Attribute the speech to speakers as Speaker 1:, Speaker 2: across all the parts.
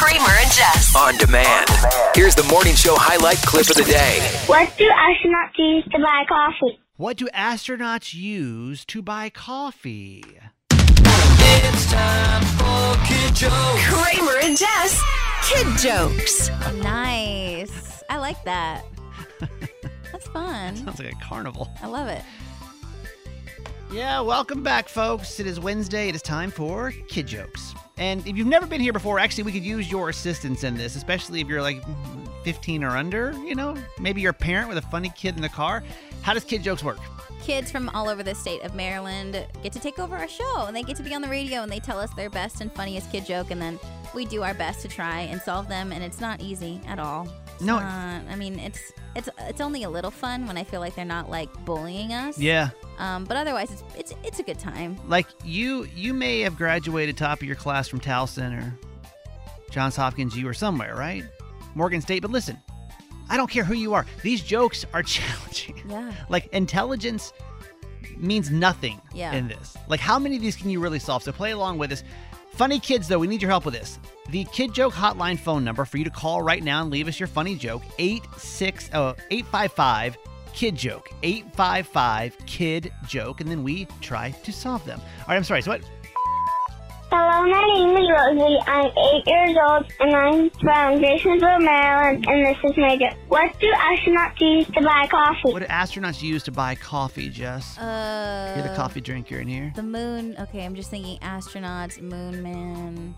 Speaker 1: Kramer and Jess.
Speaker 2: On demand. Here's the morning show highlight clip of the day.
Speaker 3: What do astronauts use to buy coffee?
Speaker 4: What do astronauts use to buy coffee?
Speaker 1: Kramer and Jess. Kid jokes.
Speaker 5: Nice. I like that. That's fun.
Speaker 4: Sounds like a carnival.
Speaker 5: I love it.
Speaker 4: Yeah, welcome back, folks. It is Wednesday. It is time for kid jokes. And if you've never been here before, actually, we could use your assistance in this, especially if you're like 15 or under. You know, maybe you're a parent with a funny kid in the car. How does kid jokes work?
Speaker 5: Kids from all over the state of Maryland get to take over our show and they get to be on the radio and they tell us their best and funniest kid joke and then we do our best to try and solve them and it's not easy at all. It's
Speaker 4: No.
Speaker 5: not- I mean it's it's it's only a little fun when I feel like they're not like bullying us.
Speaker 4: Yeah,
Speaker 5: Um, but otherwise it's it's it's a good time.
Speaker 4: like you you may have graduated top of your class from Towson or Johns Hopkins U or somewhere, right? Morgan State. But listen, I don't care who you are. These jokes are challenging.
Speaker 5: Yeah.
Speaker 4: Like intelligence means nothing
Speaker 5: Yeah.
Speaker 4: in this. Like how many of these can you really solve? So play along with us. Funny kids though, we need your help with this. The Kid Joke Hotline phone number for you to call right now and leave us your funny joke oh, 860 855 Kid Joke 855 Kid Joke and then we try to solve them. All right, I'm sorry. So what?
Speaker 3: Hello, my name is Rosie. I'm eight years old and I'm from Jasonville, Maryland, and this is my joke. What do astronauts use to buy coffee?
Speaker 4: What do astronauts use to buy coffee, Jess?
Speaker 5: Uh
Speaker 4: You're the coffee drinker in here.
Speaker 5: The moon. Okay, I'm just thinking astronauts, moon man,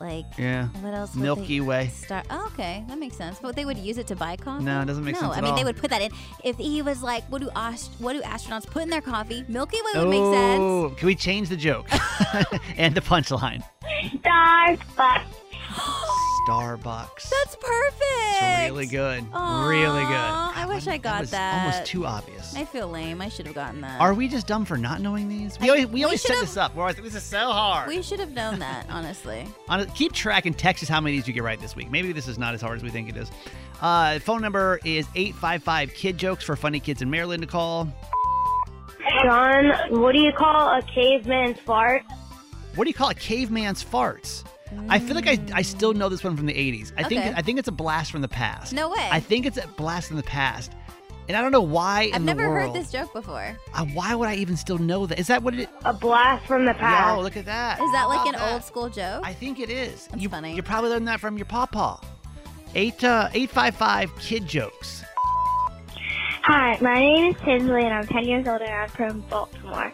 Speaker 5: like
Speaker 4: Yeah.
Speaker 5: what else? would
Speaker 4: Milky
Speaker 5: they-
Speaker 4: Way.
Speaker 5: Star. Oh, okay, that makes sense. But they would use it to buy coffee.
Speaker 4: No, it doesn't make
Speaker 5: no,
Speaker 4: sense
Speaker 5: I
Speaker 4: at
Speaker 5: mean,
Speaker 4: all.
Speaker 5: they would put that in. If he was like, what do ast- what do astronauts put in their coffee? Milky Way would make sense.
Speaker 4: Oh, Can we change the joke and the punchline?
Speaker 3: Starbucks.
Speaker 4: Starbucks.
Speaker 5: That's perfect.
Speaker 4: It's really good.
Speaker 5: Aw,
Speaker 4: really good.
Speaker 5: I
Speaker 4: God,
Speaker 5: wish
Speaker 4: why-
Speaker 5: I got
Speaker 4: was
Speaker 5: that.
Speaker 4: Almost too obvious.
Speaker 5: I feel lame. I should have gotten that.
Speaker 4: Are we just dumb for not knowing these? We
Speaker 5: I-
Speaker 4: always, we
Speaker 5: we
Speaker 4: always set
Speaker 5: should've-
Speaker 4: this up. We're always, this is so hard.
Speaker 5: we should have known that, honestly.
Speaker 4: On keep track and text us how many of these you get right this week. Maybe this is not as hard as we think it is. Uh, phone number is 855 Kid Jokes for funny kids in Maryland to call.
Speaker 3: Sean, what do you call a caveman's fart?
Speaker 4: What do you call a caveman's farts? I feel like I, I still know this one from the 80s. I think
Speaker 5: Okay.
Speaker 4: I think it's a blast from the past.
Speaker 5: No way.
Speaker 4: I think it's a blast from the past. And I don't know why
Speaker 5: I've
Speaker 4: in
Speaker 5: never
Speaker 4: the
Speaker 5: heard
Speaker 4: world.
Speaker 5: this joke before.
Speaker 4: Uh, why would I even still know that? Is that what it?
Speaker 3: A blast from the
Speaker 4: Wow, look at that.
Speaker 5: Is that like
Speaker 4: How
Speaker 5: an
Speaker 4: about
Speaker 5: old school joke?
Speaker 4: I think it is.
Speaker 5: That's
Speaker 4: you,
Speaker 5: funny.
Speaker 4: You probably learned that from your papa. Eight uh, eight five five kid jokes.
Speaker 3: Hi, my name is Tinsley, and I'm 10 years old, and I'm from Baltimore.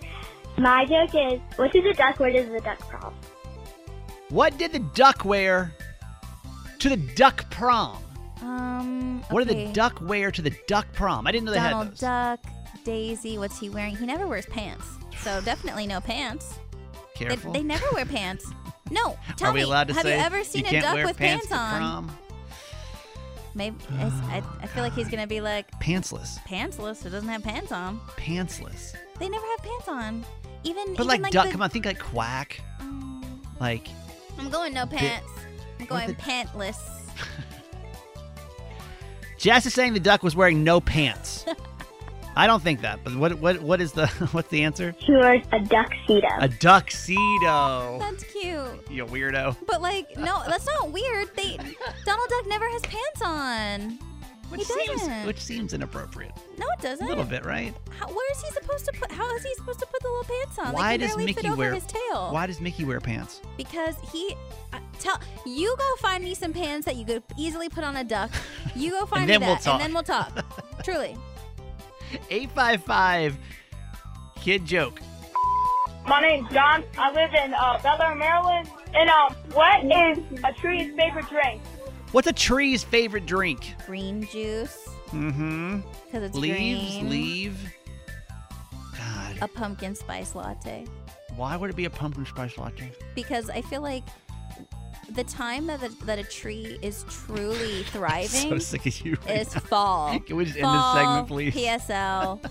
Speaker 3: My joke is, what is a duck? Where does the duck crawl?
Speaker 4: What did the duck wear to the duck prom?
Speaker 5: um.
Speaker 4: What did the
Speaker 5: okay.
Speaker 4: duck wear to the duck prom? I didn't know they
Speaker 5: Donald
Speaker 4: had those.
Speaker 5: Duck, Daisy, what's he wearing? He never wears pants. So definitely no pants. They,
Speaker 4: Careful.
Speaker 5: they never wear pants. No, tell
Speaker 4: Are we
Speaker 5: me,
Speaker 4: allowed to
Speaker 5: have
Speaker 4: say
Speaker 5: you ever seen a
Speaker 4: can't
Speaker 5: duck
Speaker 4: wear
Speaker 5: with
Speaker 4: pants,
Speaker 5: pants,
Speaker 4: to
Speaker 5: on?
Speaker 4: Prom?
Speaker 5: Maybe it's, I, I feel like he's gonna be like
Speaker 4: Pantsless.
Speaker 5: pantsless. It doesn't have pants on.
Speaker 4: Pantsless.
Speaker 5: They never have pants on. Even
Speaker 4: But
Speaker 5: even
Speaker 4: like,
Speaker 5: like
Speaker 4: duck,
Speaker 5: the-
Speaker 4: come on, think like quack.
Speaker 5: Um,
Speaker 4: Like
Speaker 5: I'm going no pants. I'm
Speaker 4: what
Speaker 5: going
Speaker 4: the-
Speaker 5: pantless.
Speaker 4: Jess is saying the duck was wearing no pants. I don't think that, but what what what is the what's the answer?
Speaker 3: He wears a duckcedo.
Speaker 4: A duckcedo.
Speaker 5: That's cute.
Speaker 4: You weirdo.
Speaker 5: But
Speaker 4: Uh,
Speaker 5: like, no, that's not weird. They Donald Duck never has pants on.
Speaker 4: Which
Speaker 5: He
Speaker 4: seems
Speaker 5: doesn't.
Speaker 4: which seems inappropriate.
Speaker 5: No, it
Speaker 4: A
Speaker 5: doesn't.
Speaker 4: little bit, right?
Speaker 5: How, where is he supposed to put? How is he supposed to put the little pants on?
Speaker 4: why
Speaker 5: they can
Speaker 4: does
Speaker 5: barely
Speaker 4: Mickey
Speaker 5: fit over
Speaker 4: wear
Speaker 5: his tail?
Speaker 4: Why does Mickey wear pants?
Speaker 5: Because he uh, tell you go find me some pants that you could easily put on a duck. You go find
Speaker 4: then
Speaker 5: me
Speaker 4: we'll
Speaker 5: that, and then we'll talk. Truly,
Speaker 4: 855 Kid Joke.
Speaker 6: My name's John. I live in uh, Bel Air, Maryland. And um, what is a tree's favorite drink?
Speaker 4: What's a tree's favorite drink?
Speaker 5: green juice
Speaker 4: Mm-hmm.
Speaker 5: because it's
Speaker 4: Leaves,
Speaker 5: green.
Speaker 4: leave. God.
Speaker 5: A pumpkin spice latte
Speaker 4: Why would it be a pumpkin spice latte?
Speaker 5: because I feel like the time that, the, that a tree is truly thriving
Speaker 4: So sick of you. right
Speaker 5: is fall.
Speaker 4: Can we just end this
Speaker 5: fall,
Speaker 4: segment, please?
Speaker 5: PSL.